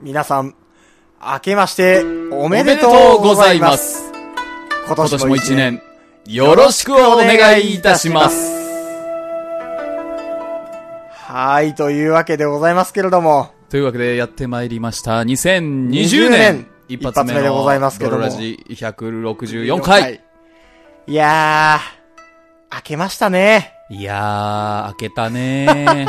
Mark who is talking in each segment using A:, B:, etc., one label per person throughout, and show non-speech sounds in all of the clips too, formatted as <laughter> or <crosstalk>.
A: 皆さん、明けましてお
B: お
A: めでとうございます。
B: す。
A: 今
B: 今年も一。年、よろしくお願いいたします。
A: はい、というわけでございますけれども、
B: というわけでやってまいりました。2020年、
A: 一
B: 一
A: 発
B: 発
A: 目
B: 目
A: の
B: の
A: でございますけども
B: ドロラジ164回。。
A: いやー、明けましたね。
B: いやー、開け
A: <laughs>
B: たねー。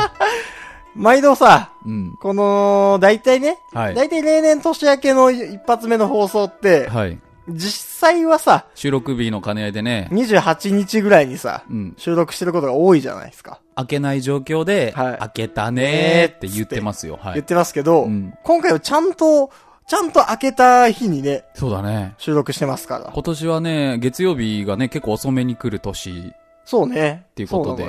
A: 毎度さ、
B: うん。
A: この、大体ね、
B: はい
A: 大体例年年明けの一発目の放送って、
B: はい。
A: 実際はさ、
B: 収録日の兼ね合いでね、
A: 28日ぐらいにさ、
B: うん。
A: 収録してることが多いじゃないですか。
B: 開けない状況で、
A: はい
B: 開けたねーって言ってますよ。は
A: 言っ
B: い。
A: てますけど、
B: うん
A: 今回はちゃんと、ちゃんと開けた日にね、
B: そうだね。
A: 収録してますから。
B: 今年はね、月曜日がね、結構遅めに来る年。
A: そうね。って
B: いうことで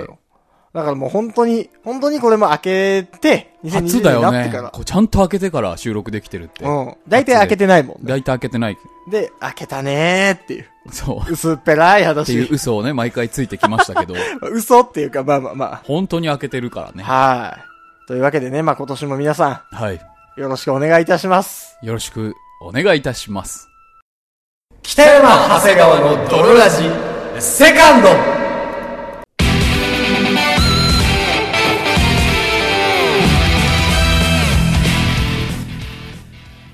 A: だからもう本当に、本当にこれも開けて、2020
B: 初
A: 年
B: だ
A: に
B: よ
A: なって
B: ね
A: から。。
B: こうちゃんと開けてから収録できてるって。
A: うん。大体開けてないもんね。
B: 大体開けてない。
A: で、開けたねーっていう。
B: そう。
A: 薄っぺらい
B: っていう
A: 話。
B: 嘘をね、毎回ついてきましたけ <laughs> ど、
A: 嘘っていうか、まあまあま
B: 本当に開けてるからね
A: あ。。はい。というわけでね、まあ今年も皆さ
B: はい。
A: ん、よろしくお願いいたします。
B: よろしくお願いいたします。
A: 北山
B: 長谷川の泥ラジ、セカンド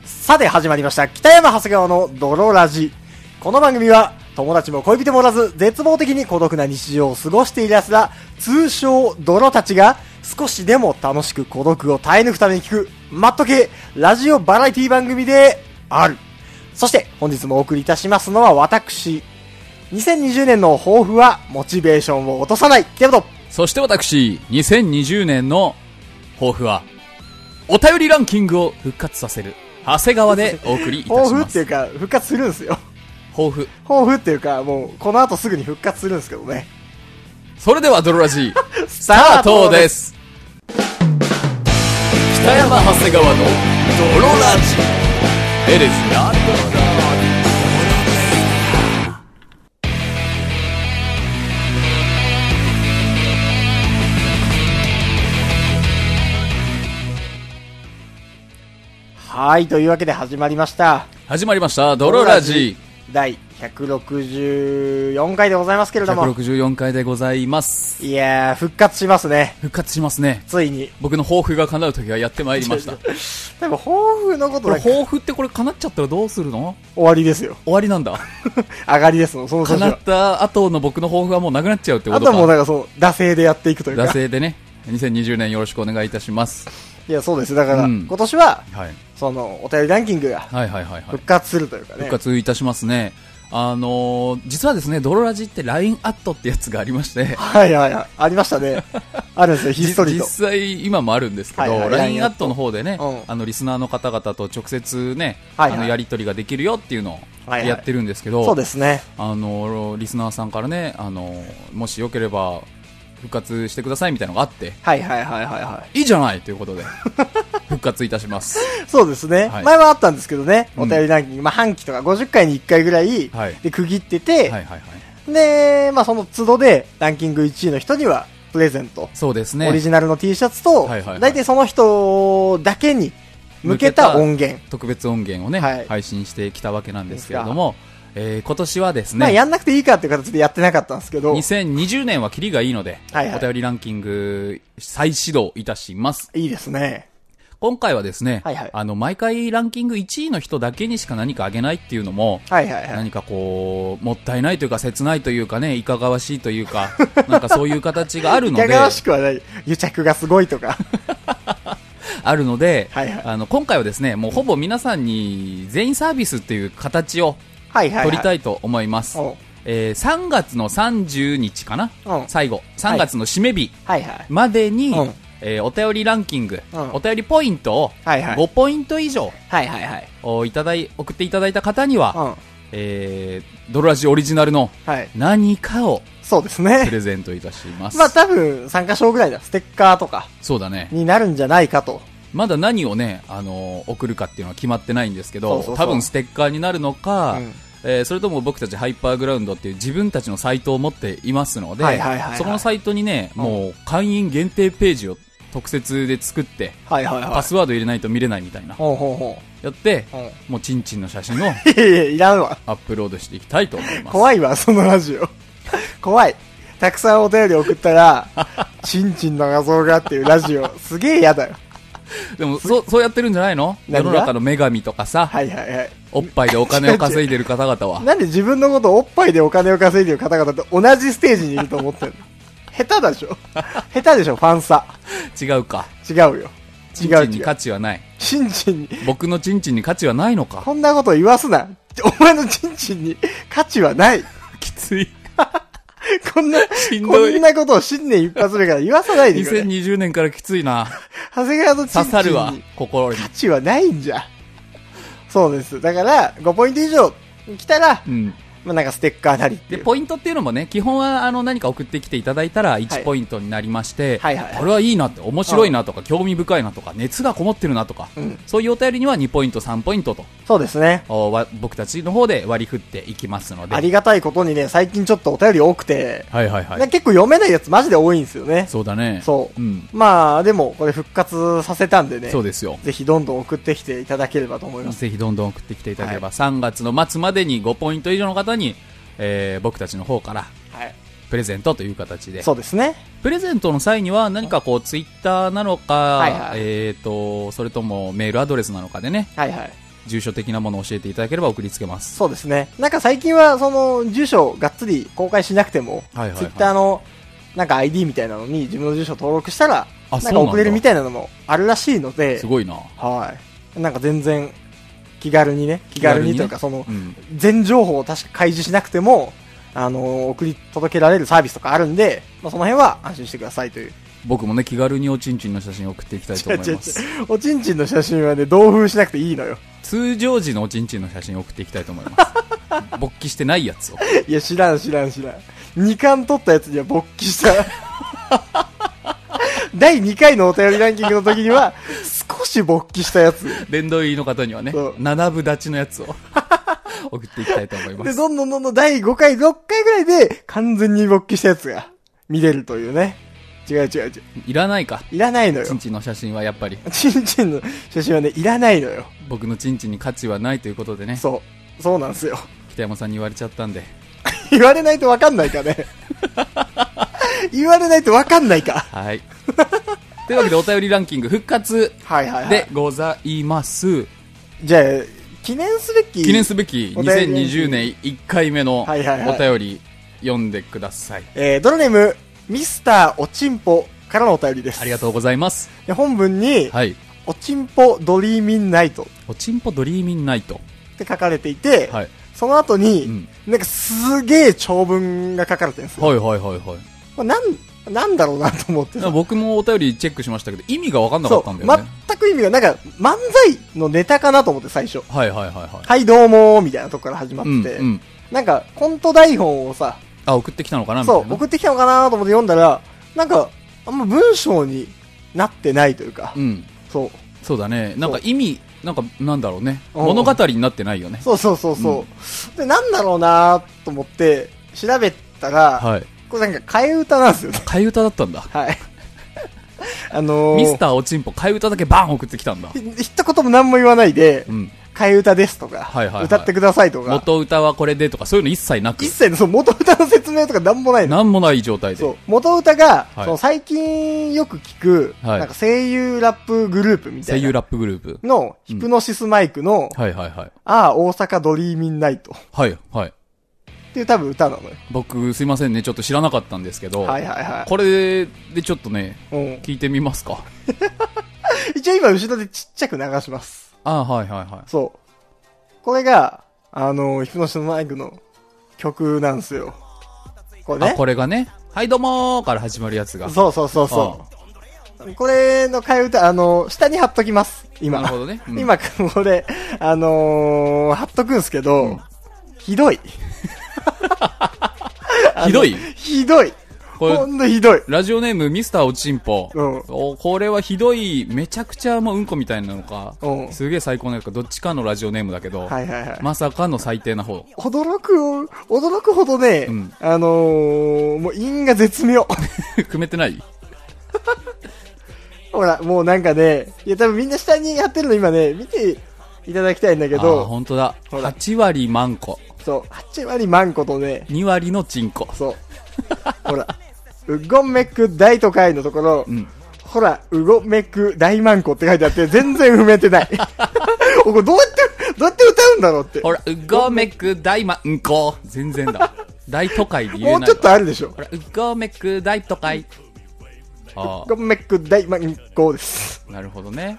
A: さて始まりました北山長谷川の泥ラジこの番組は友達も恋人もおらず絶望的に孤独な日常を過ごしている奴ら通称泥たちが少しでも楽しく孤独を耐え抜くために聞くマット系ラジオバラエティ番組であるそして本日もお送りいたしますのは私2020年の抱負はモチベーションを落とさないけれど
B: そして私、2020年の抱負は、お便りランキングを復活させる、長谷川でお送りいた
A: 抱負
B: しま
A: ってい
B: す。
A: うか復活するんですよ
B: 抱負。
A: 抱負っていうかもうこの後すぐに復活するんですけどね
B: それでは泥ラジ、 <laughs> ス
A: タ
B: タ
A: ー
B: ー
A: ト
B: ト
A: で
B: です北山長谷川の泥ラジ。エレスな
A: はい、というわけで始まりました。
B: 始まりました、泥ラジ。。
A: 第164回でございますけれども。
B: 164回でございます。
A: いやー、復活しますね。
B: 復活しますね。
A: ついに。
B: 僕の抱負が叶う時がやってまいりま
A: <laughs>
B: した。こ
A: でも、抱負のこと
B: れ
A: だ終
B: 抱負ってこれ叶っちゃったらどうするの
A: わりですよ。 <laughs>
B: 終わりなんだ。
A: 上がりですの、その年
B: 叶
A: は
B: っ。た後の僕の抱負はもうなくなっちゃうってこ
A: あ
B: と
A: とはもう
B: か。
A: なんかその、惰性でやっていくという
B: 惰
A: か。
B: 性でね。2020年よろしくお願いいたします。
A: いや、そうです。だから、
B: うん
A: 今年は、
B: はい。
A: その、お便りランキングが
B: はいはいはいはい
A: 復。活するというかね。
B: 復活いたしますね。あのー、実はですね、泥ラジって LINE アットってやつがありまして、
A: はいはいはい。ありましたね。あるんです
B: <laughs>
A: よ、ひっそり
B: 実
A: と。
B: 際今もあるんですけ
A: はいは
B: ど、
A: い
B: LINE アットの方でね、
A: うん
B: あの、リスナーの方々と直接ね、
A: は
B: あ
A: いはい
B: の、やり取りができるよっていうのを
A: はいはい
B: やってるんですけど、
A: そうですね。
B: あのリスナーさんからねあのもしよければ復活してくださいみたいなのがあって
A: はいはいはいはいはい。
B: いいじゃないとい
A: <laughs>
B: うことで復活いたします
A: そうですね、
B: はい
A: 前はあったんですけどね、
B: うん
A: お便りランキング、まあ、半期とか50回に1回ぐらい
B: はい
A: で区切って
B: は
A: て、
B: いはいはい
A: で、まあ、その都度でランキング1位の人にはプレゼント、
B: そうですね
A: オリジナルの T シャツと、
B: はいはいはい
A: 大体その人だけに向けた音源、
B: 特別音源をね、
A: はい
B: 配信してきたわけなんですけれども、えー今年はです
A: まあ、
B: ね
A: やんなくていいかっていう形でやってなかったんですけど、い
B: 2020年はキリがいいので、
A: はいはい
B: お便りランキング再始動いたします。
A: いですね。
B: 今回はですね、
A: はいはい
B: あの、毎回ランキング1位の人だけにしか何かあげないっていうのも、
A: はいはいはい。
B: 何かこう、もったいないというか、切ないというかね、いかがわしいというか、 <laughs> なんかそういう形がある
A: い
B: の
A: か
B: で、
A: がわしくはない。癒着がすごいとか。
B: あるので、
A: はいはい
B: あの、今回はですね、もうほぼ皆さんに全員サービスっていう形を
A: はいはい、はい。
B: <laughs> 取りた
A: い。
B: いと思います。
A: おう
B: えー3月の30日かな、
A: うん
B: 最後。3月の締め日
A: はいはい。
B: までに、
A: うん
B: えーお便りランキング、
A: うん
B: お便りポイントを
A: はいはい
B: 5ポイント以上
A: はいはいはい。
B: をいただい、送っていただいた方に
A: う
B: は、
A: ん。
B: えードロラジオリジナルの
A: はい。
B: 何かを
A: そうです
B: プ
A: ね。
B: レゼントいたします。
A: まあ多分、参加賞ぐらいだ。ステッカーとか。
B: そうだね。
A: になるんじゃないかと。
B: まだ何をね、あのー送るかっていうのは決まってないんですけど、
A: そうそうそう
B: 多分ステッカーになるのか、
A: うん
B: えーそれとも僕たちハイパーグラウンドっていう自分たちのサイトを持っていますので、
A: はいはいはいはい
B: そこのサイトにね、
A: うん
B: もう会員限定ページを特設で作って、
A: はいはいはい。
B: パスワード入れないと見れないみたいな。
A: ほうほうほ
B: やって、
A: う。うん。
B: もうチンチンの写真
A: い
B: を <laughs>
A: やいや、いらんわ。
B: アップロードしていきたいと思います。
A: 怖いわ、そのラジオ。 <laughs> 怖い。たくさんお便り送った
B: <laughs>
A: ら、チンチンの画像がっていうラジオ、すげえ嫌だよ。
B: でも、そう、そうやってるんじゃないの世
A: 何が
B: の中の女神とかさ、
A: はいはいはい。
B: おっぱいでお金を稼いでる方
A: <laughs>
B: 々は。
A: なんで自分のことをおっぱいでお金を稼いでる方々と同じステージにいると思
B: <laughs>
A: ってるの下手だでしょ下手でしょファンさ。
B: 違うか。
A: 違うよ。違
B: チン
A: う
B: チンに
A: 違
B: 価
A: う。
B: 値はない。
A: チンチンに、
B: 僕のチンチンに価値はない
A: <laughs>
B: のか。
A: こんなこと言わすな。お前のチンチンに価値はない。
B: きつい。
A: <laughs> こんな、
B: しん
A: こ
B: どい
A: ん。なことを新年一発目から言わさないでくれ。
B: 2020年からきつい
A: <laughs>
B: な。
A: 長谷川のチン
B: 刺
A: チ
B: さる
A: ン
B: わ
A: に、
B: 心に。
A: 価値はないんじゃ。そうです。だから、5ポイント以上来たら、
B: うん。
A: まあ、なんかステッカーなりって
B: で、
A: いう。
B: ポイントっていうのもね、基本はあの何か送ってきていただいたら1ポイントになりまして、
A: はいはいはい
B: これはいいなって、面白いなとか、興味深いなとか、熱がこもってるなとか、
A: うん
B: そういうお便りには2ポイント、3ポイントと、
A: そうですね。
B: おわ僕たちの方で割り振っていきますので。
A: ありがたいことにね、最近ちょっとお便り多くて、
B: はいはいは。
A: ない結構読めないやつマジで多いんですよね。
B: そうだね。
A: そう
B: うん。
A: まあ、でも、これ復活させたんでね。
B: そうですよ。
A: ぜひどんどん送ってきていただければと思います。
B: ぜひどんどん送ってきていただければ、3月の末までに5ポイント以上の方に、えー僕たちの方から
A: はい。
B: プレゼントという形で
A: そうですね。
B: プレゼントの際には何かこうツイッターなのか、
A: はいはい
B: えー、とそれともメールアドレスなのかでね
A: はいはい。
B: 住所的なものを教えていただければ送りつけます
A: そうですね。なんか最近は、その、住所をがっつり公開しなくても、
B: はいはいはい
A: ツイッターの、なんか ID みたいなのに自分の住所登録したら、
B: あ
A: なん
B: そ
A: か
B: うなんだ、
A: 送れるみたいなのもあるらしいのです
B: ごいな
A: はい。なんか全然、気軽にね、気軽にというか、その
B: う、ん、
A: 全情報を確か開示しなくても、あの送り届けられるサービスとかあるんで、まあ、その辺は安心してくださいという。
B: 僕もね気軽におちんちんの写真を送っていきたいと思います
A: <laughs> おちんちんの写真はね、同封しなくていいのよ。
B: 通常時のおちんちんの写真を送っていきたいと思いま
A: <laughs>
B: す勃起してないやつを
A: いや、知らん知らん知らん。2巻取ったやつには勃起した。 <laughs> 第2回のお便りランキングの時には、少し勃起したやつ。
B: 殿堂入りの方にはね
A: そう
B: 七分立ちのやつを <laughs> 送っていきたいと思いま
A: で、
B: す
A: どんどんどんどん第5回、6回ぐらいで、完全に勃起したやつが見れるというね。違う違う違う。
B: いらないか
A: いらないのよ
B: ちん。ちんの写真はやっぱり
A: ちんちんの写真はね、いらないのよ。
B: 僕のちんちんに価値はないということでね
A: そう。そうなんですよ。
B: 北山さんに言われちゃったんで
A: 言われないとわかんないかね。 <laughs> 言われないとわかんないか。
B: はい <laughs> というわけでお便りランキング復活
A: はいはいはい。
B: で、ございます
A: じゃあ、記念すべき。
B: 記念すべき
A: お便りランキング
B: 2020年1回目のお
A: はいはいはい
B: 便り読んでください
A: えー、ドロネーム、ミスターおちんぽからのお便りです。
B: ありが
A: う。
B: とうございます
A: 本文に、
B: はい
A: おちんぽドリーミンナイトっ
B: おちんぽドリーミンナイト
A: て書かれていて、
B: はい
A: その後に、
B: うん
A: なんかすげえ長文が書かれてるんですよ。
B: はいはいはいはい
A: これなん、なんだろうなと思って
B: なんか
A: さ。
B: 僕もお便りチェックしましたけど意味が分かんなか
A: そ
B: ったんだ
A: う、
B: よね
A: 全く意味が、なんか漫才のネタかなと思って最初。
B: はいはいはいは
A: はいどうもーみたいなとこから始まっ
B: いうん
A: てて、
B: うん
A: なんかコント台本をさ、
B: あ送ってきたのかなみたい
A: そ
B: な
A: う、送ってきたのかなと思って読んだら、なんか、あんま文章になってないというか、
B: うん
A: そう、
B: そうだねなんか意味なんかなんだろうね
A: うん
B: 物語になってないよね
A: そうそうそうそう、で、なんだろうなと思って調べたら、
B: はい
A: これなんか替え歌なんですよね。 <laughs>
B: 替え歌だったんだ
A: はい。あのー、
B: ミスターおちんぽ替え歌だけバン送ってきたんだ
A: ひ一言も何も言わないで
B: う、ん
A: 替え歌ですとか、
B: はいはいはい
A: 歌ってくださいとか、
B: 元歌はこれでとかそういうの一切なく
A: 一切その元歌の説明とか何もないの。
B: 何もない状態で
A: そう元歌が、
B: はい
A: その最近よく聞く、
B: はい
A: なんか声優ラップグループみた
B: 声
A: いな
B: 優ラップグループ
A: のヒプノシスマイクの、
B: はいはいはい
A: ああ、大阪ドリーミンナイトっ
B: はいはい
A: ていう多分歌なのよ。
B: 僕すいませんねちょっと知らなかったんですけど
A: はいはいは
B: これでちょっとね
A: い。うん、
B: 聞いてみますか
A: <laughs> 一応今後ろでちっちゃく流します。
B: あはいはいは
A: そう。これが、あの、ヒプノシスマイクの曲なんですよ。こ
B: い
A: れ
B: あ
A: ね。
B: これがねはいどうもーから始まるやつが
A: そうそうそうそう。これの替え歌、あの、下に貼っときます。今。
B: なるほどねうん
A: 今、これ、あのー貼っとくんすけど、
B: うん
A: ひどい。
B: あ <laughs> ひどい
A: ひどい。
B: これ
A: ほんとひどい。
B: ラジオネームミスターおちんぽ
A: うん
B: おこれはひどいめちゃくちゃもううんこみたいなのか
A: うん
B: すげえ最高なのかどっちかのラジオネームだけど
A: はいはいはい。
B: まさかの最低な方 <laughs>
A: 驚く、驚くほどね、
B: うん
A: あのー、もう因が絶妙。
B: 組めてない
A: ほら、もうなんかね、いや多分みんな下にやってるの今ね、見ていただきたいんだけ
B: あー
A: ど、
B: 本当だ。
A: ほら
B: 8割マンコ。
A: そう、8割マンコとね、
B: 2割のチンコ。
A: そう。ほら、ウゴメク大都会のところ、
B: うん。
A: ほら、ウゴメク大マンコって書いてあって、全然埋めてない。 <laughs> おこれどうやって、どうやって歌うんだろうって。
B: ほら、うごめく大マンコ。全然
A: <laughs>
B: だ。大都会で言え
A: も
B: ないう
A: ちょっとあるでしょ
B: ほ。ら、うごめく大都会。あ
A: ウゴメク大マンコです。
B: あ、なるほどね。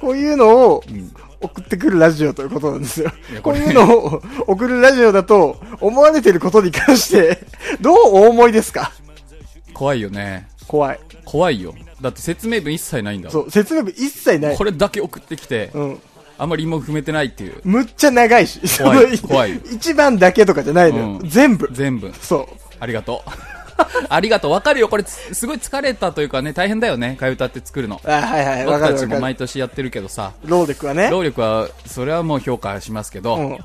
A: こういうのを
B: ん
A: 送ってくるラジオということなんですよ
B: いや。こ
A: こう
B: れ
A: いうのを送るラジオだと、思われてることに関して、どうお思いですか
B: 怖いよね。
A: 怖い。
B: 怖いよ。だって説明文一切ないんだも
A: そ
B: ん
A: う、説明文一切ない
B: こ。れだけ送ってきて、
A: うん。
B: あんまりも踏めてないっていう。
A: むっちゃ長いし。
B: 怖い
A: その
B: 怖い
A: 一番だけとかじゃないのよ。
B: うん
A: 全部。
B: 全部。
A: そう。
B: ありがとう。 <laughs> ありがとう。わかるよ。これつ、すごい疲れたというかね、大変だよね。替え歌って作るの。
A: あはいはい、わ
B: 僕
A: か
B: た
A: る
B: ち
A: わ
B: も
A: か
B: 毎
A: る。
B: 年やってるけどさ、
A: ローデックはね。
B: 労力は、それはもう評価しますけど、
A: うん。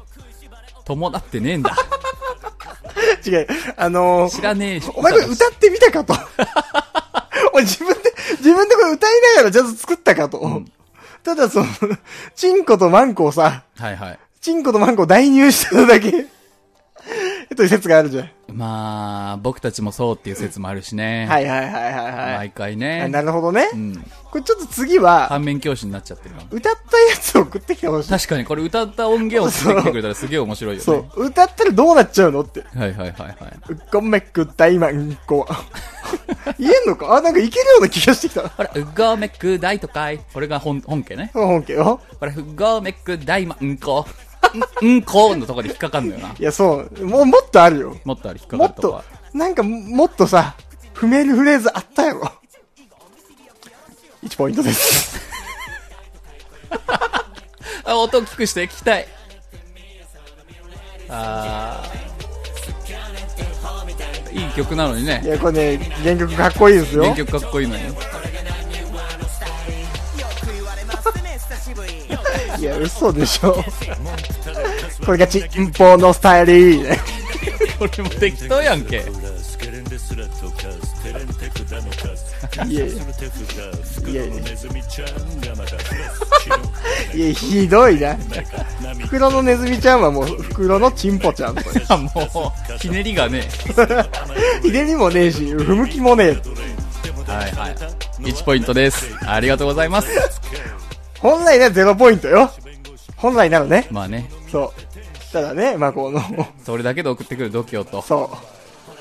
B: 伴ってねえんだ。
A: 違う。あのー
B: 知らねえし。
A: <laughs> お前これ歌ってみた <laughs> かと。お前自分で、自分でこれ歌いながらジャズ作ったかと。ただその、チンコとマンコをさ、
B: はいはい。
A: チンコとマンコを代入したのだけ。という説があるじゃん。
B: まあ、僕たちもそうっていう説もあるしね。
A: はいはいはいはいはい。
B: 毎回
A: あ
B: ね。
A: なるほどね。
B: うん。
A: これちょっと次は、
B: 反面教師になっちゃってるな。
A: 歌ったやつを送ってきてほしい。
B: 確かにこれ歌った音源を送ってきてくれたらすげえ面白いよね。
A: そう。歌ったらどうなっちゃうのって。
B: はいはいはいはい。
A: うっこめく大マンコは。 <laughs> 言えんのかあ、なんかいけるような気がしてきた。
B: ほら、うごめく大都会。これが本、本家ね。
A: 本家よ。
B: ほら、うごめく大ま、うんこ。うん、うんこのとこで引っかかんのよな。
A: いや、そう。もう、もっとあるよ。
B: もっとあれ引っか
A: も
B: かる
A: っ
B: とことは。、
A: なんか、もっとさ、踏めるフレーズあったやろ。1ポイント
B: <laughs>
A: です。
B: あ、音を聞くして、聞きたい。あーいい曲なのに
A: い
B: ね。
A: や、これね、原曲かっこいいですよ
B: 原。曲かっこいいのに。
A: いや、嘘でしょ。これがチンポのスタイルいいね。
B: これも適当やんけ。
A: いやいやいやいや、ひどいな。袋のネズミちゃんはもう、袋のチンポちゃんと。 <laughs>
B: あ、もう、ひねりがね。
A: ひねりもねえし、踏む気もねえ。
B: はいはい。1ポイントです。ありがとうございます。
A: 本来なら0ポイントよ。本来ならね。
B: まあね、
A: そう。ただね、まあこの、 <laughs>
B: それだけで送ってくる度胸と、
A: そ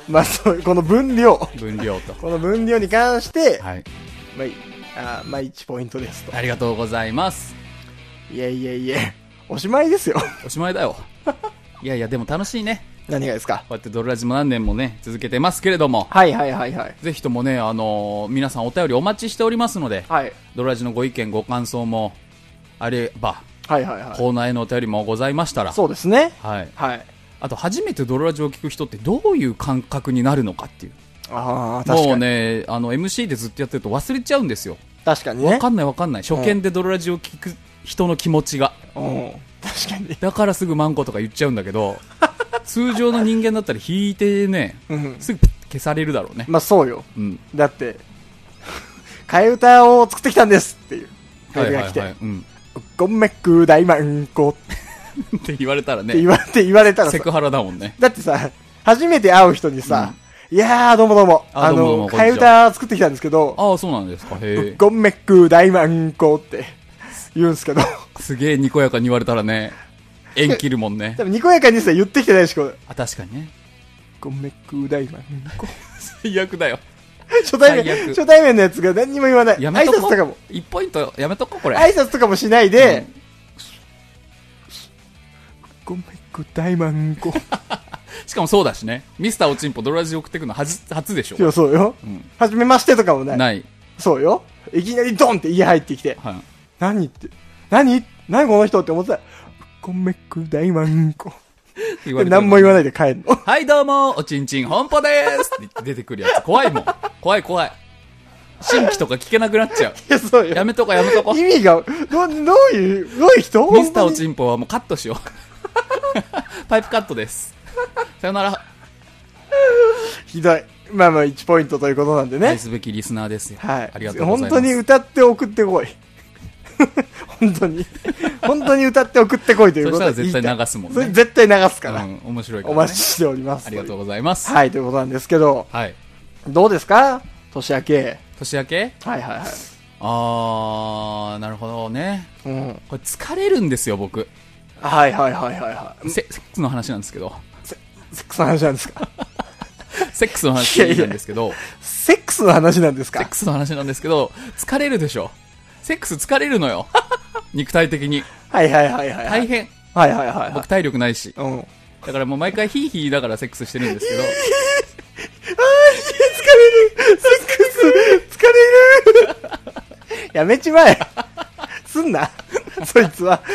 A: う。まあそう、この分量。
B: 分量と。
A: この分量に関して、
B: はい。
A: まあいい、あーまあ1ポイントですと。
B: ありがとうございます。
A: いやいやいや、おしまいですよ。 <laughs>
B: おしまいだよ。いやいや、でも楽しいね。
A: 何がですか
B: こうやってドルラジも何年もね、続けてますけれども、
A: はいはいはいはい。
B: ぜひともね、あのー皆さんお便りお待ちしておりますので、
A: はい。
B: ドルラジのご意見、ご感想も、あれば、
A: はいはいはい。
B: コーナーへのお便りもございましたら、
A: そうですね。
B: はい。
A: はい。
B: あと、初めてドルラジを聞く人ってどういう感覚になるのかっていう。
A: ああ、確かに。
B: もうね、あの、MC でずっとやってると忘れちゃうんですよ。
A: 確かにね
B: わ。かんないわかんない。初見でドルラジを聞く人の気持ちが。
A: うん。確かに。
B: だからすぐマンコとか言っちゃうんだ
A: <laughs>
B: けど、通常の人間だったら引いてね、
A: うん。
B: すぐピッて消されるだろうね。
A: まあそうよ。
B: うん。
A: だって、 <laughs> 替え歌を作ってきたんですっていう。メールが来て。
B: うん。
A: ごめんく大マンコっ
B: って言われたら
A: て言
B: ね、
A: わ <laughs> れて、言われたらさ
B: セ、クハラだもんね。
A: だってさ、初めて会う人にさ、いやーどうもどうも、
B: あ
A: あ
B: どうもどうも
A: の、
B: こんに
A: 替え
B: ちは
A: 歌作ってきたんですけど、
B: ああ、そうなんですか。へえ。
A: ごめっく大満行って言うんですけど、 <laughs>
B: すげえにこやかに言われたらね、縁切るもんね
A: <laughs> 多。分にこやかにさ言ってきてないし、これ。
B: あ、確かにね。
A: ごめっく大満
B: <laughs>
A: 行。
B: 最悪だよ。
A: 初対
B: 最
A: 面、
B: 悪
A: 初対面のやつが何にも言わない。
B: や
A: 挨
B: めと
A: 拶
B: こう。
A: とかも、
B: 1ポイントやめとこう、これ。
A: 挨拶とかもしないで、ごめっく大満
B: <laughs>
A: 行。
B: しかもそうだしね。ミスターおちんぽドラジ送ってくの初、初でし
A: いや、
B: ょ。
A: そうよ。
B: うん。
A: 初めましてとかもない。
B: ない。
A: そうよ。いきなりドンって家入ってきて、
B: はい。
A: 何って、何何この人って思ってたら、ごめっく大満行。で
B: 言われてる
A: 何も言わないで帰るの。 <laughs>
B: はい、どうも、おちんちん、本舗です <laughs> って言って出てくるやつ。怖いもん。怖い怖い。新規とか聞けなくなっちゃう。
A: いや、そう
B: や
A: よ。
B: めとこやめとこ。
A: 意
B: ミ
A: 味が、ど、どういう、どういう人
B: スターお
A: ん。
B: ちんぽはもうカットしよう。 <laughs> パイプカットです。さよなら。
A: ひどい。まあまあ1ポイントということなんで
B: 愛
A: ね。
B: すべきリスナーですよ。
A: はい。
B: ありがとうございます。
A: 本当に歌って送ってこい。 <laughs> 本当に。本当に歌って送ってこいという
B: そ
A: こと
B: したら
A: で
B: 絶対流すもん
A: それ
B: ね。
A: 絶対流すから、
B: うん、面白いか
A: お
B: ら、ね。
A: 待ちしております。
B: ありがとうございます。
A: はい、ということなんですけど、
B: はい。
A: どうですか年明け。
B: 年明け
A: はいはいはい。
B: あー、なるほどね。
A: うん。
B: これ疲れるんですよ、僕。
A: はいはいはいはいは
B: セセックスの話なんです
A: <laughs>
B: けど。
A: い。セセックスの話なんですか
B: セックスの話なんですけど。
A: セックスの話なんです
B: セッ
A: か
B: クスの話なんですけど、疲れるでしょ。セックス疲れるのよ。 <laughs> 肉体的に。
A: はいはいはいはい。は
B: 大
A: い
B: 変。
A: はいはいは
B: 僕体力ないし。
A: い。うん。あー
B: だからもう毎回ヒーヒーだからセックスしてるんですけど。
A: 疲れるセックス疲れるやめちまえすんなそいつは。あーあーはい、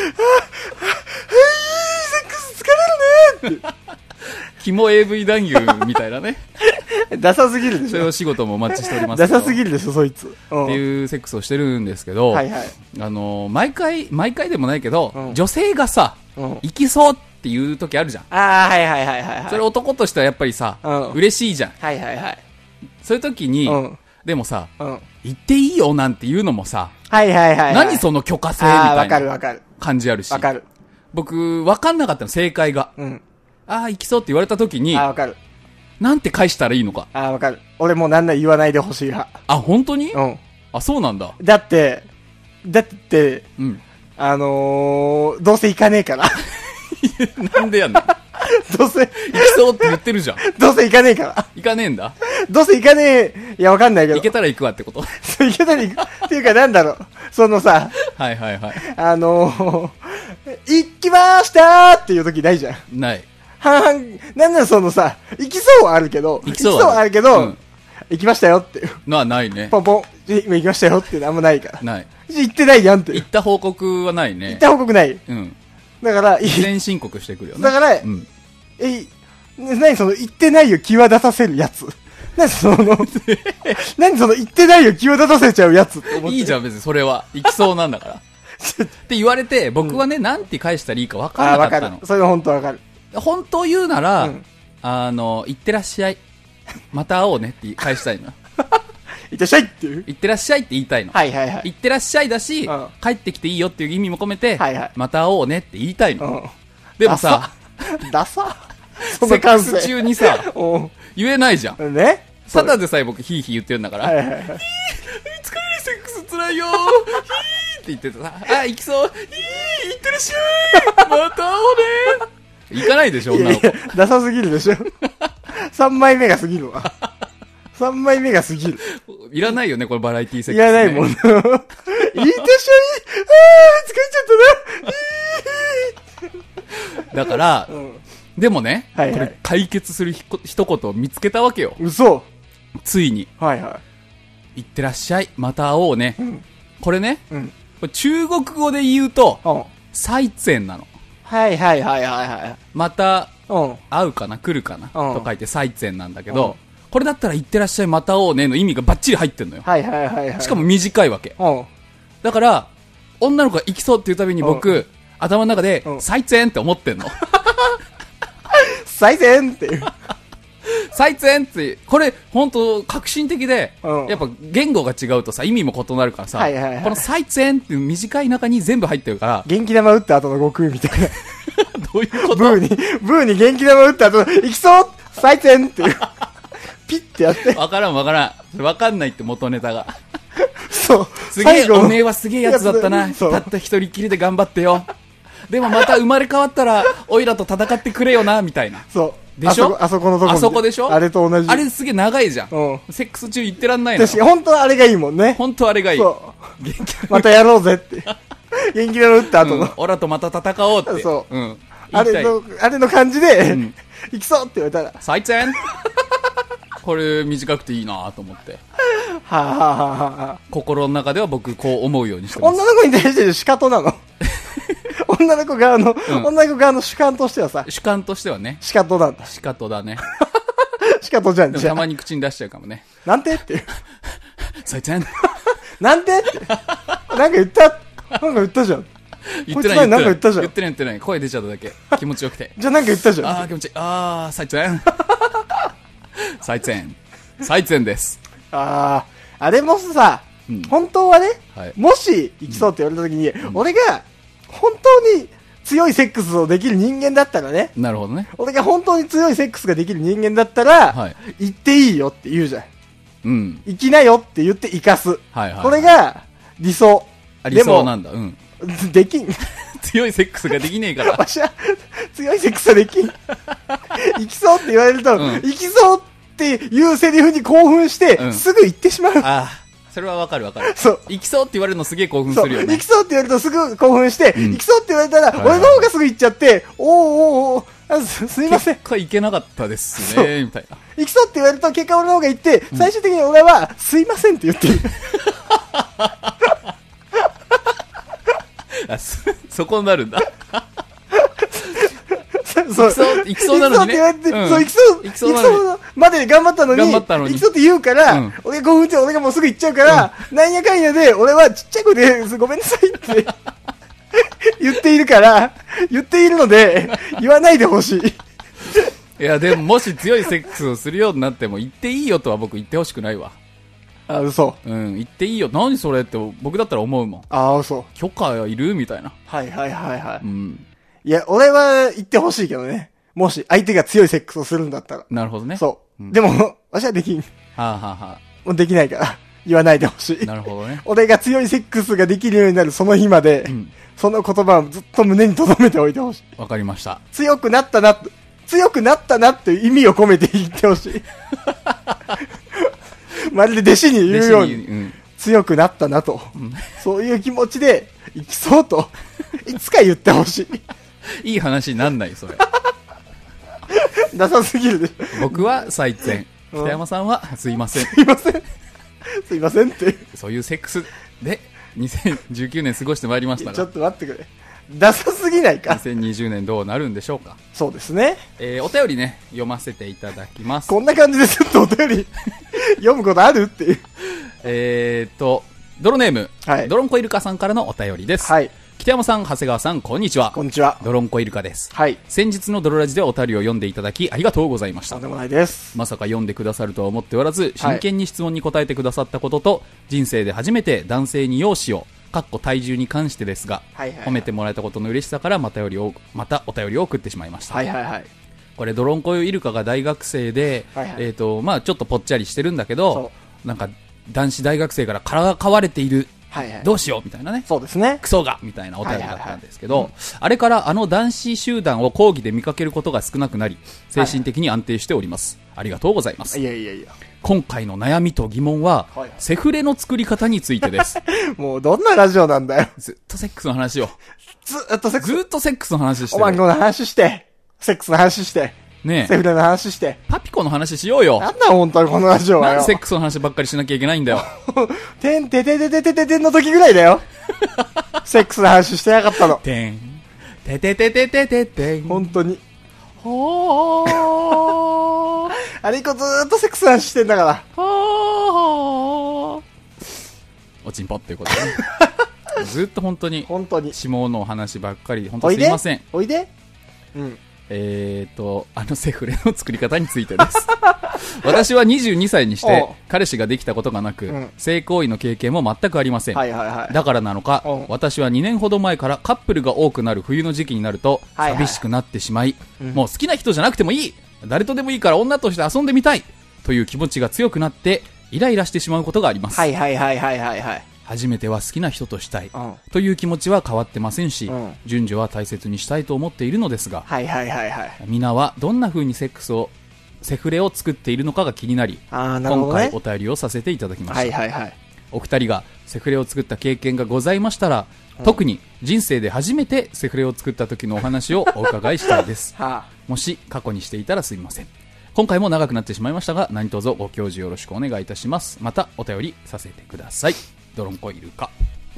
A: セックス疲れるね
B: キモ AV 男優みたい
A: <laughs>
B: なね。
A: って。ダサすぎるでし
B: そういう
A: ょ
B: お仕事もお待ちしております
A: ダサす
B: る
A: ぎるでしょ、そいつ。うん。
B: っていうセックスをしてるんですけど、
A: はいはい。
B: あのー、毎回、毎回でもないけど、
A: うん
B: 女性がさ、
A: うん。
B: 行きそうっていう時あるじゃん。
A: ああ、はいはいはいはいはい。
B: それ男としてはやっぱりさ、
A: うん
B: 嬉しいじゃん。
A: はいはいはい。
B: そういう時に、
A: うん。
B: でもさ、
A: うん。
B: 行っていいよなんていうのもさ、
A: はいはいはい。
B: 何その許可制み
A: ああ、
B: た
A: わ
B: い
A: かる
B: な
A: わかる。
B: 感じあるし。
A: わかる。
B: 僕、わかんなかったの、正解が。
A: うん。
B: ああ、行きそうって言われた時に
A: あ、あ、わかる。
B: なんて返したらいいのか。
A: ああ、わかる。俺もうなんなら言わないでほしい派。
B: あ、本当に
A: うん。
B: あ、そうなんだ。
A: だって、だって、
B: うん。 <laughs>
A: あのー、どうせ行かねえから。 <laughs>
B: なんでやねん。行
A: どうせ、
B: きそうって言ってるじゃん。
A: どうせ行かねえから。 <laughs>
B: 行かねえんだ。
A: どうせ行かねえ、いや、わかんないけど。
B: 行けたら行くわってこと。 <laughs>
A: そう <laughs> 行けたら行く。っていうか、なんだろう。そのさ、
B: はいはいはい。
A: あのー、行きまーしたーっていう時ないじゃん。
B: ない。
A: 半々、なんならそのさ、行きそうはあるけど、
B: 行きそう
A: 行
B: は
A: はあ
B: ある
A: るけど、
B: うん
A: 行きましたよっていう。
B: のはないね。
A: ポンポン、え今行きましたよっていうのあんまないから。
B: ない。
A: 行ってないやんっていう
B: 行。った報告はない
A: 行っ
B: ね。
A: た報告ない。
B: うん。
A: だから、い
B: 事前申告してくるよね。
A: だから
B: うん。
A: え、何その、行ってないよ、際立たせるや
B: <laughs>
A: つ。何その、何その、行ってないよ、際立たせちゃうやつって思って。
B: いいじゃん、別にそれは。行きそうなん
A: <laughs>
B: だから。って言われて、僕はね、なんて返したらいいか分
A: あ
B: か
A: あ、
B: んな
A: わ
B: か
A: か
B: った
A: る。それは本当わかる。
B: の。本当言うなら、
A: うん
B: あの、行ってらっしゃい。また会おうねって返した
A: <laughs>
B: いの。
A: 行ってらっしゃいっていう。
B: 行ってらっしゃいって言いたいの。
A: はいはいはい。
B: 行ってらっしゃいだし、
A: うん
B: 帰ってきていいよっていう意味も込めて、
A: はいはい
B: また会おうねって言いたいの。
A: う
B: でもさ、
A: ん。ダサそ
B: セ
A: の
B: ック
A: 感
B: ス
A: 性。
B: 中にさ、
A: う
B: 言えないじゃ
A: <laughs>
B: ん。
A: ん。ね
B: ただでさえ僕ヒーヒー言ってるんだから、
A: はいはいはい。
B: 疲れるセックス辛
A: <laughs>
B: いよーヒーって言ってたさ、あ、行きそうヒー行ってらっしゃいまた会おうね行かないでしょ、
A: いや
B: 女の
A: い
B: 子
A: や。、ダサすぎるでしょ。3枚目が過ぎるわ。3枚目が過ぎる。
B: いらないよね、これバラエティーセックス、ね。
A: いらないもん。いい年はいいあー、疲れちゃったな。
B: だから、でもね、
A: はいはい
B: これ解決するひこ一言を見つけたわけよ。
A: 嘘。
B: ついに、
A: はいは
B: 行ってらっしゃい、また会おうね。
A: ん
B: これね、
A: い。うん。
B: これ中国語で言うと、
A: うん。
B: 最善なの。
A: はいはいはいはいはい。
B: また
A: うん。
B: 会うかな、来るかな、
A: うん
B: と書いて最善なんだけど、これだったら行ってらっしゃい、また会おうねの意味がバッチリ入ってんのよ。
A: はいはいはいはい。
B: しかも、短いわけ。
A: うん。
B: だから、女の子が行きそうっていうたびに僕、
A: う
B: 頭の中で
A: う、ん
B: 最善って思ってんの。
A: 最善って
B: <laughs>
A: いう。
B: 最善って、これ、本当革新的で、
A: うん
B: やっぱ言語が違うとさ、意味も異なるからさ、
A: はいはいはい
B: この最善っていう短い中に全部入って
A: <laughs>
B: るから、
A: 元気玉打った後の悟空みたいな。
B: どういうこと
A: ブーに、ブーに元気玉打った後の、行きそう最善って
B: <laughs>
A: いう。ピッてやって。
B: わからんわからん。それわかんないって元ネタが。
A: そう。
B: すげ
A: 最
B: え、
A: 後の
B: おめえはすげえやつだったな。
A: そう
B: たった一人きりで頑張ってよ。でもまた生まれ変わったら、おいらと戦ってくれよな、みたいな。
A: そう。
B: でしょ
A: あそこあそこのとこ
B: あそこでしょ
A: あれと同じ。
B: あれすげえ長いじゃん。
A: うん。
B: セックス中言ってらんないのよ
A: 確かに、本当はあれがいいもんね。
B: 本当あれがいい。
A: そ
B: 元気
A: う。またやろうぜ
B: <laughs>
A: って。元気玉打った後
B: うん
A: の。
B: オラとまた戦おうって。。
A: そうん
B: 言
A: あ
B: いた
A: れ
B: い。
A: の、あれの感じで、
B: ん
A: <laughs> 行きそうって言われたら、は
B: 最前 <laughs> これ短くていいなと思って。
A: ぁはぁはぁはぁ。
B: 心の中では僕こう思うようにしてます。
A: 女の子に対しての仕方なの。
B: <laughs>
A: 女の子側の、女の子側の主観としてはさ、
B: 主観としてはね、
A: 仕方なんだ。
B: 仕方
A: <laughs>
B: だね。
A: 仕方じゃん、
B: でも
A: じゃ
B: た
A: あ。
B: まに口に出しちゃうかもね。
A: なんてっていう。
B: 最
A: <laughs>
B: 前
A: なんてって。なんか言ったなんか言ったじゃん。
B: 言ってな
A: こいつ
B: い
A: 前なんか
B: 言
A: 言
B: っ
A: ってた
B: な
A: じゃ
B: い
A: ん
B: 言ってない言ってない。声出ちゃっただけ。気持ちよくて。
A: じゃあなんか言ったじゃん。
B: <laughs> ああ、気持ちいい。ああ、最前最前最前です。
A: ああ、あれもさ、
B: うん
A: 本当はね、
B: はい
A: もし行きそうって言われた時に、俺が本当に強いセックスをできる人間だったらね、
B: なるほどね。
A: 俺が本当に強いセックスができる人間だったら、
B: はい
A: 行っていいよって言うじゃん。
B: うん。
A: 行きなよって言って行かす。
B: はいはい。
A: これが理想。
B: あ理想な
A: で
B: んだ。うん。
A: も、できん。 <laughs>
B: 強いセックスができねえから。
A: わしは強いセックスはでき
B: <laughs>
A: ん。行きそうって言われると、
B: うん
A: 行きそうっていうセリフに興奮して、
B: うん
A: すぐ行ってしまう。
B: ああ、それはわかるわかる。
A: そう。
B: 行きそうって言われるのすげえ興奮す
A: そう、
B: るよ
A: 行
B: ね
A: き。そうって言われるとすぐ興奮して、
B: うん
A: 行きそうって言われたら、
B: はいはい
A: 俺の方がすぐ行っちゃって、おーおーおーあすすいません
B: 結。果行けなかったですね、みたいな。
A: 行きそうって言われると結果俺の方が行って、最終的に俺は、すいませんって言っていい。
B: あそそこになるんだ。
A: そう。
B: そう行きそうなの
A: 行きそうっ
B: にね
A: て言われて、
B: うん
A: そう、行きそう、行
B: 行き
A: き
B: そう
A: そ
B: な
A: う
B: のに
A: まで頑張ったのに、
B: 頑張ったのに
A: 行きそうって言うから、
B: うん
A: 俺が興奮して俺がもうすぐ行っちゃうから、なんやかんやで、俺はちっちゃい声で、ごめんなさいって、 <laughs> 言っているから、言っているので、言わないでほしい。
B: いや、でももし強いセックスをするようになっても、行っていいよとは僕言ってほしくないわ。
A: あ、嘘。
B: うん、行っていいよ。何それって僕だったら思うもん。
A: あ、嘘。
B: 許可いるみたいな。
A: はいはいはいはい。
B: うん。
A: いや、俺は言ってほしいけどね。もし相手が強いセックスをするんだったら。
B: なるほどね。
A: そう。
B: うん
A: でも、わしはできん。
B: はあ、はあは
A: もうできないから。言わないでほし
B: あ、
A: い。
B: な。るほどね
A: 俺が強いセックスができるようになるその日まで、
B: ん
A: その言葉をずっと胸に留めておいてほしい。
B: わかりました。
A: 強くなったな、強くなったなっていう意味を込めて言ってほし <laughs> い。まるで弟子に言うよう
B: 弟子
A: に、
B: にん。
A: 強くなったなと、そういう気持ちで、生きそうと、いつか言ってほしい。 <laughs>
B: いい話になんない、それ。
A: なさすぎるでしょ。
B: 僕は最善。
A: うん
B: 北山さんは、すいません。
A: すいません。すいませんって。
B: そういうセックスで、2019年過ごしてまいりました
A: ちょ
B: が
A: っ、と待ってくれ。ダサすぎないか。
B: 2020年どうなるんでしょうか。
A: そうですね。
B: えー、お便りね、読ませていただきます。
A: こんな感じでずっとお便り読むことあるっていう。
B: えーと、ドロネーム、
A: はい
B: ドロンコイルカさんからのお便りです。
A: はい。
B: 北山さん、長谷川さん、こんにちは。
A: こんにちは。
B: ドロンコイルカです。
A: はい。
B: 先日のドロラジでお便りを読んでいただき、ありがとうございまし
A: と
B: た
A: んで。もないです。
B: まさか読んでくださるとは思っておらず、真剣に質問に答えてくださったことと、人生で初めて男性に容姿を、かっこ体重に関してですが、
A: はいはいはい
B: 褒めてもらえたことの嬉しさからまたよりを、またお便りを送ってしまいました。
A: はいはいはい。
B: これドロンコイルカが大学生で、
A: はいはい
B: えっ、とまあちょっとぽっちゃりしてるんだけど
A: そ
B: なんか男子大学生からからかわれている、
A: はいはい。
B: どうしようみたいなね
A: そうですね。
B: クソがみたいなお便りだったんですけど、あれからあの男子集団を講義で見かけることが少なくなり精神的に安定しております、ありがとうございます
A: いやいやいや。
B: 今回の悩みと疑問は、
A: はいはい
B: セフレの作り方についてです
A: <laughs> もうどんなラジオなんだよ。
B: ずっとセックスの話を
A: ずっとセックス、
B: ずっとセックスの話して
A: おまん
B: る
A: この話して、セックスの話して、
B: ね
A: セ
B: え
A: フレの話して。
B: パピコの話しようよ
A: なんだ本当にこのラジオは
B: なん
A: よ
B: で。セックスの話ばっかりしなきゃいけないんだよ
A: てんてててててててんの時ぐらいだよ。セックスの話してなかったの。
B: てん。てててててててん。
A: 本当に。
B: ほ
A: <laughs>
B: ー。
A: あれ以降ずーっとセックスの話してんだから。
B: ほー。おちんぽっていうことね。
A: <laughs>
B: ずっと本当に、
A: 本当に。
B: 下のお話ばっかり、本当
A: お
B: す
A: いで
B: いません。
A: おいでうん。
B: えーと、あのセフレの作り方についてです。 <laughs> 私は22歳にし
A: お
B: て
A: う、
B: 彼氏ができたことがなく、
A: うん
B: 性行為の経験も全くありません。
A: はいはいはい。
B: だからなのか
A: うん、
B: 私は2年ほど前からカップルが多くなる冬の時期になると、
A: はいはい
B: 寂しくなってしまい、
A: うん
B: もう好きな人じゃなくてもいい誰とでもいいから女として遊んでみたいという気持ちが強くなって、イライラしてしまうことがあります。
A: はいはいはいはいはいはい。
B: 初めては好きな人としたい
A: うん。
B: という気持ちは変わってませんし
A: うん、
B: 順序は大切にしたいと思っているのですが、
A: はいはいはいはい。
B: 皆はどんな風にセックスを、セフレを作っているのかが気になり、
A: あー、なるほ
B: 今
A: どね
B: 回お。便りをさせていただきました
A: はい。はいはい。
B: お二人がセフレを作った経験がございましたら、特に人生で初めてセフレを作った時のお話をお伺いしたいで <laughs> す。
A: は
B: もし過去にしていたらすみません。今回も長くなってしまいましたが、何卒ご教授よろしくお願いいたします。またお便りさせてください。ドロンコイルカ。
A: あ。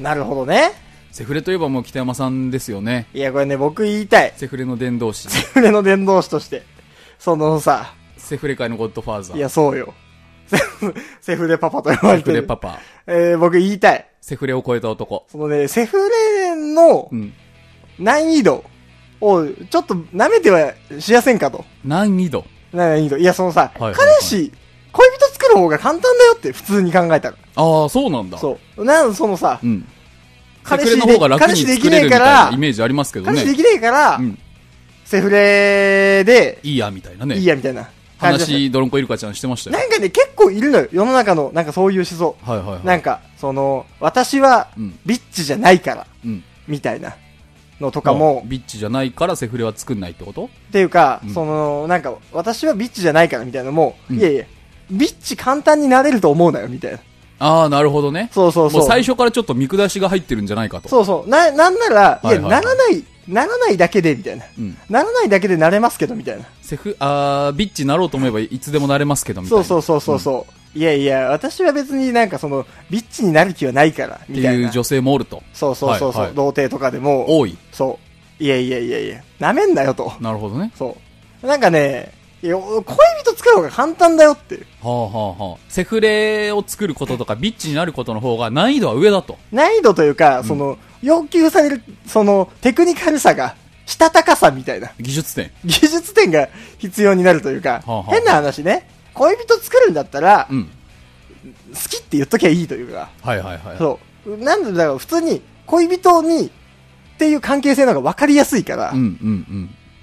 A: なるほどね。
B: セフレといえばもう北山さんですよね。
A: いや、これね、僕言いたい。 <laughs>
B: セフレの伝道 <laughs> 師。
A: セフレの伝道師として。そのさ、
B: セフレ界のゴッドファーザ
A: い
B: ー。
A: や、そうよ。セフ <laughs> セフレパパと呼ば
B: セ
A: れて
B: フ
A: る。
B: レパパ。
A: えー、僕言いたい。
B: セフレを超えた男。
A: そのね、セフレの
B: うん。
A: 難易度をちょっと舐めてはしやせんかと。
B: 難易度。
A: 難易度。いや、そのさ、
B: はいはいはい
A: 彼氏、恋人作作る方が簡単だよって、普通に考えたら。
B: ああ、そうなんだ。
A: そう。なん、そのさ
B: う。、ん。セ
A: 彼
B: フレ
A: 氏
B: の
A: で
B: 方が楽
A: 彼
B: に
A: 氏で
B: 作
A: き
B: れ
A: ね
B: る
A: え
B: み
A: か
B: たい
A: ら
B: なイ、メージありますけど
A: 彼氏で
B: ね。
A: きねえから
B: う、ん。
A: セフレで、
B: いいや、みたいないね。
A: いや、みたいな感じだっ
B: 話、ドロンコイルカちゃんしてました
A: た。
B: よ。
A: なんかね、結構いるのよ。世の中の、なんかそういう思想。
B: はいはいはい。
A: なんか、その、私は
B: うん、
A: ビッチじゃないから、
B: うん。
A: みたいなのとかも、
B: ビッチじゃないからセフレは作んないってこと
A: っていうか
B: う、ん
A: その、なんか、私はビッチじゃないから、みたいなのも、
B: うん
A: いやいや、ビッチ簡単になれると思うなよ、みたいな。
B: ああ、なるほどね。
A: そうそうそう。
B: もう最初からちょっと見下しが入ってるんじゃないかと。
A: そうそう。な、なんなら、い
B: はい
A: や、
B: はいはい
A: ならない、ならないだけで、みたいな。
B: うん。
A: ならないだけでなれますけど、みたいな。
B: セフ、あービッチなろうと思えばいつでもなれますけど、みたい
A: そう
B: な。
A: そうそうそうそう。いやいや、私は別になんかその、ビッチになる気はないから、
B: って
A: みたい
B: いう
A: な。
B: 女性もおると。
A: そうそうそうそう、
B: はいはい
A: 童貞とかでも、
B: 多い。
A: そう。いやいやいやいや、なめんなよと。
B: なるほどね。
A: そう。なんかね、いや恋人使う方が簡単だよっていう。
B: はあはあはあ。セフレを作ることとか、ビッチになることの方が難易度は上だと。
A: 難易度というか、その、要求される、その、テクニカルさが、したたかさみたいな。 <laughs>
B: 技術点。
A: 技術点が必要になるというか、
B: あはあ
A: 変な話ね、恋人作るんだったら、
B: うん。
A: 好きって言っときゃいいというか、
B: はいはいはい。
A: そう。なんでだろう、普通に恋人にっていう関係性の方が分かりやすいから
B: うんう、ん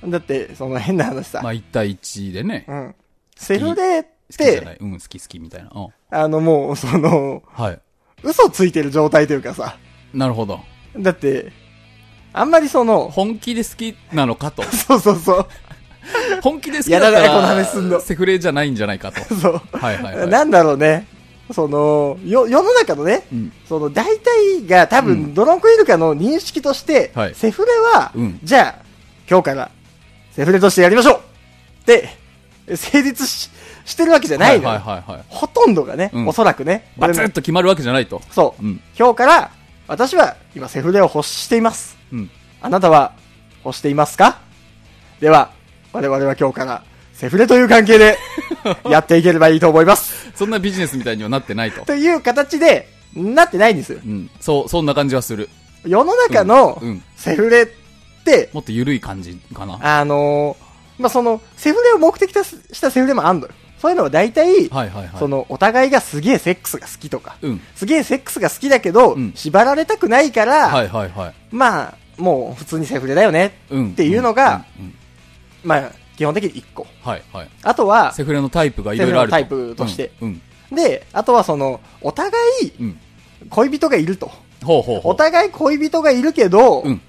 B: うん。
A: だって、その変な話さ、
B: まあ1対1でね。好
A: うん。セフレっ
B: きじゃな
A: て、
B: い。うん、好き好きみたいな。うん。
A: あのもう、その、
B: はい。
A: 嘘ついてる状態というかさ、
B: なるほど。
A: だって、あんまりその、。
B: 本気で好きなのかと
A: <laughs> そうそうそ
B: 本気で好きだった
A: やだなこの話すんの
B: ら、セフレじゃないんじゃないかと。
A: う、そう、
B: はいはいは
A: <laughs>
B: い。
A: なんだろうね、その、よ、世の中のね、
B: うん。
A: その大体が多
B: う
A: 分
B: ん
A: ドロンコイルカの認識として、
B: はい
A: セフレは、
B: うん
A: じゃあ今日からセフレとしてやりましょうって成立ししてるわけじゃないのよ、
B: はいはいはいはい。
A: ほとんどがね、
B: うん
A: おそらくね
B: バ
A: 俺
B: ツ
A: の
B: ッと決まるわけじゃないと。
A: そう、
B: うん。
A: 今日から私は今セフレを欲しています
B: うん。
A: あなたは欲していますかでは我々は今日からセフレという関係
B: <laughs>
A: でやっていければいいと思います
B: そんなビジネスみたいにはなってな
A: <laughs>
B: いと。
A: という形でなってないんですよ
B: うん。そう、そんな感じはする。
A: 世の中の
B: うんうん
A: セフレって、
B: もっと緩い感じかな。は
A: あのーまあ、その、セフレを目的としたセフレもあんのよ。そういうのは大体、
B: いはいはい。
A: その、お互いがすげえセックスが好きとか、
B: うん。
A: すげえセックスが好きだけど、
B: うん
A: 縛られたくないから、
B: はいはいはい。
A: まあ、もう普通にセフレだよね。
B: うん。
A: っていうのが
B: うん、うんうん
A: まあ、基本的に1個。
B: はいはい。
A: あとは、
B: セフレのタイプがいろいろあると。
A: セフレのタイプとして
B: うん。
A: で、あとはその、お互い
B: うん。うん
A: 恋人がいると。
B: ほうほうほ
A: お
B: う。
A: 互い恋人がいるけど、
B: うん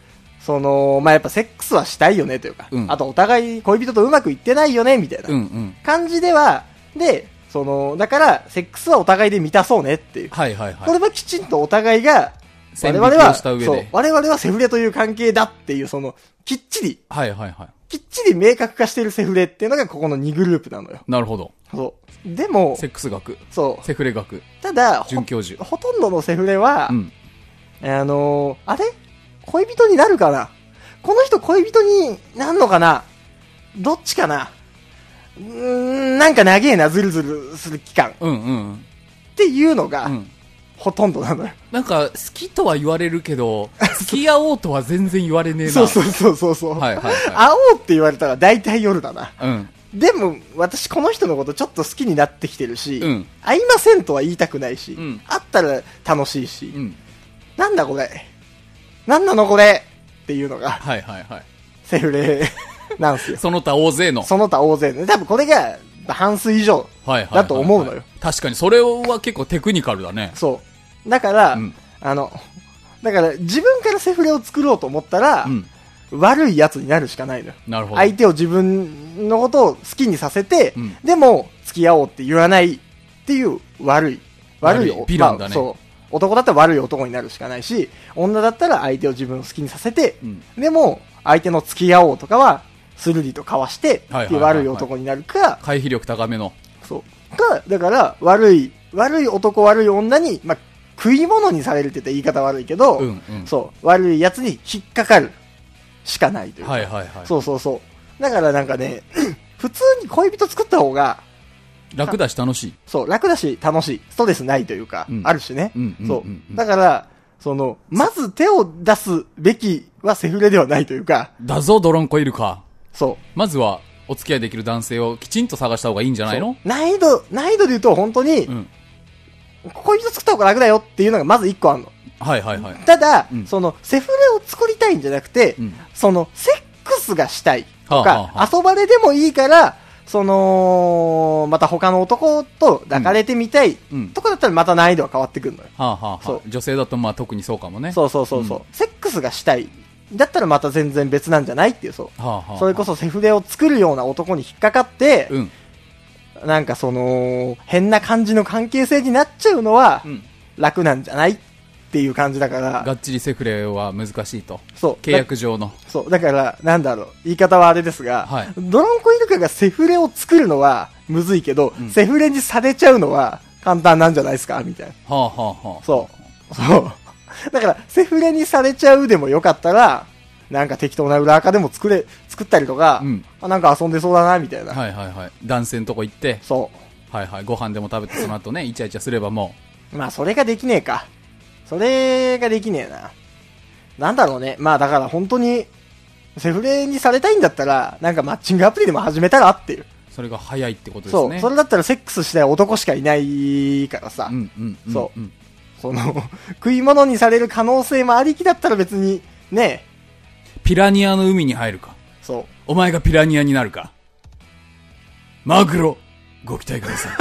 A: その、まあ、やっぱセックスはしたいよねというか、
B: うん
A: あとお互い恋人とうまくいってないよね、みたいな。
B: うんうん。
A: 感じでは、で、その、だから、セックスはお互いで満たそうねっていう。
B: はいはい
A: これ
B: はい。
A: はきちんとお互いが、我
B: 線引き
A: 々
B: を
A: は、
B: した
A: そう
B: 上で。
A: 我々はセフレという関係だっていう、その、きっちり、
B: はいはいはい。
A: きっちり明確化してるセフレっていうのがここの2グループなのよ。
B: なるほど。
A: そう。でも
B: セ、ックス学。
A: そう。
B: セフレ学。
A: ただ、ほ
B: 准教授。
A: ほとんどのセフレは
B: う、ん。
A: あのー、あれ恋人になるかなこの人恋人になんのかなどっちかなうーん、なんか長えな、ズルズルする期間。
B: うんうん。
A: っていうのが、
B: うん。
A: ほとんどなのよ。
B: なんか、好きとは言われるけど、付き合おうとは全然言われねえな。
A: そうそうそうそうそう。
B: はいはい
A: 会
B: は
A: おうって言われたら大体夜だな。
B: い。うん。
A: でも、私この人のことちょっと好きになってきてるし、
B: うん
A: 会いませんとは言いたくないし、
B: うん
A: 会ったら楽しいし、
B: うん。
A: なんだこれ、なんなのこれっていうのが、
B: はいはいはい。
A: セフレなんすよ。
B: その他大勢の。
A: その他大勢で、多分これが半数以上
B: はいはいはいはい
A: だと思うのよ。。
B: 確かに、それは結構テクニカルだね。
A: そう。だから、
B: うん
A: あの、だから自分からセフレを作ろうと思ったら、
B: うん。
A: 悪い奴になるしかないのよ。
B: なるほど。
A: 相手を自分のことを好きにさせて、
B: うん
A: でも付き合おうって言わないっていう悪い悪い
B: 悪いヴィランだね
A: まあそう男だったら悪い男になるしかないし女だったら相手を自分を好きにさせて、
B: うん
A: でも相手の付き合おうとかはスルリとかわして
B: はいはいはいはい
A: っていう悪い男になるか
B: 回避力高めの。
A: そうかだから悪い悪い男悪い女に、まあ、食い物にされるって言ったら言い方悪いけど、
B: うんうん
A: そう悪い奴に引っかかるしかないというか
B: はいはいは
A: そうそうそう。だからなんかね、 <clears throat> 普通に恋人作った方が、
B: い。楽だし楽しい。
A: そう、楽だし、楽しい。ストレスないというか、
B: うん
A: あるしね。
B: うんうん
A: そう
B: うんう
A: う。
B: ん
A: だから、その、まず手を出すべきはセフレではないというか、
B: だぞ、ドロンコイルカ。
A: そ
B: まずは、お付き合いできる男性をきちんと探した方がいいんじゃないの
A: 難易度、難易度で言うと本当に、
B: うん。
A: 恋人作った方が楽だよっていうのがまず一個あるの。
B: はいはいはい。
A: ただ、
B: うん
A: その、セフレを作りたいんじゃなくて、
B: うん
A: その、セックスがしたいとか、
B: はあはあは
A: 遊ばれでもいいから、その、また他の男と抱かれてみたい
B: うん
A: とかだったらまた難易度が変わってくるのよ。
B: はあ、はあ
A: そ
B: はあ、女性だとまあ特にそうかもね。
A: そうそうそうそう、
B: うん
A: セックスがしたい。だったらまた全然別なんじゃないっていう、そう。
B: はあ、はあ、
A: それこそセフレを作るような男に引っかかって、
B: うん。
A: なんかその、変な感じの関係性になっちゃうのは
B: う、ん。
A: 楽なんじゃないっていう感じだから
B: が、っちりセフレは難しいと。
A: そう。
B: 契約上の。
A: そう、だから、なんだろう、言い方はあれですが、
B: はい
A: ドロンコイルカがセフレを作るのはむずいけど、
B: ん
A: セフレにされちゃうのは簡単なんじゃないですかみたいな。
B: はあ、はあ、はあ。
A: そう。 <laughs> そう。だから、セフレにされちゃうでもよかったら、なんか適当な裏垢でも作れ、作ったりとか、
B: うん
A: あなんか遊んでそうだな、みたいな。
B: はいはいはい。男性のとこ行って、
A: そ
B: はいはい。ご飯でも食べて、その後ね、イチャイチャすればも
A: う。まあ、それができねえか。それができねえな。なんだろうね。まあ、だから本当に、セフレにされたいんだったら、なんかマッチングアプリでも始めたらっていう。
B: う、それが早いってことです
A: そう、
B: ね。
A: それだったらセックスしたい男しかいないからさ、
B: うんうんうん。
A: そう
B: うん。
A: その、 <laughs> 食い物にされる可能性もありきだったら別に、ね
B: ピラニアの海に入るか。
A: え、そ
B: お前がピラニアになるか。マグロ、ご期待く
A: <laughs>
B: ださい。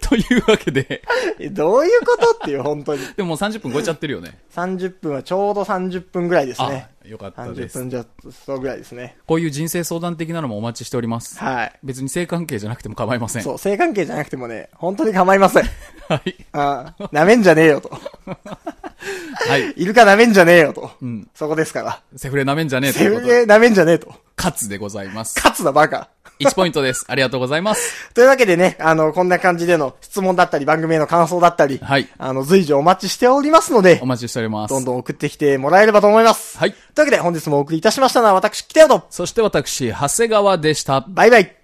B: というわけで、
A: う、えどういうことっていう、本
B: <laughs>
A: 当に。
B: でももう30分超えちゃってるよね。
A: 30分はちょうど30分ぐらいですね。
B: あ、よかったで
A: 30
B: す
A: 分。ちょっとそうぐらいですね。
B: こういう人生相談的なのもお待ちしております。
A: はい。
B: 別に性関係じゃなくても構いません。
A: そう、性関係じゃなくてもね、本当に構いません。
B: <laughs> はい。
A: ああ、舐めんじゃねえよと。
B: はい。
A: イルカ舐めんじゃねえよと。
B: うん。
A: そこですから。
B: セフレなめんじゃねえと
A: セ
B: いうこ
A: フ
B: とで。
A: レ舐めんじゃねえと。
B: 勝つでございます。
A: 勝つな、バカ。
B: 1ポイントです。ありがとうございます。
A: というわけでね、あの、こんな感じでの質問だったり、番組への感想だったり、
B: はい
A: あの、随時お待ちしておりますので
B: お、待ちしております。
A: どんどん送ってきてもらえればと思います。
B: はい。
A: というわけで本日もお送りいたしましたのは私、北野と、
B: そして私、長谷川でした。
A: バイバイ。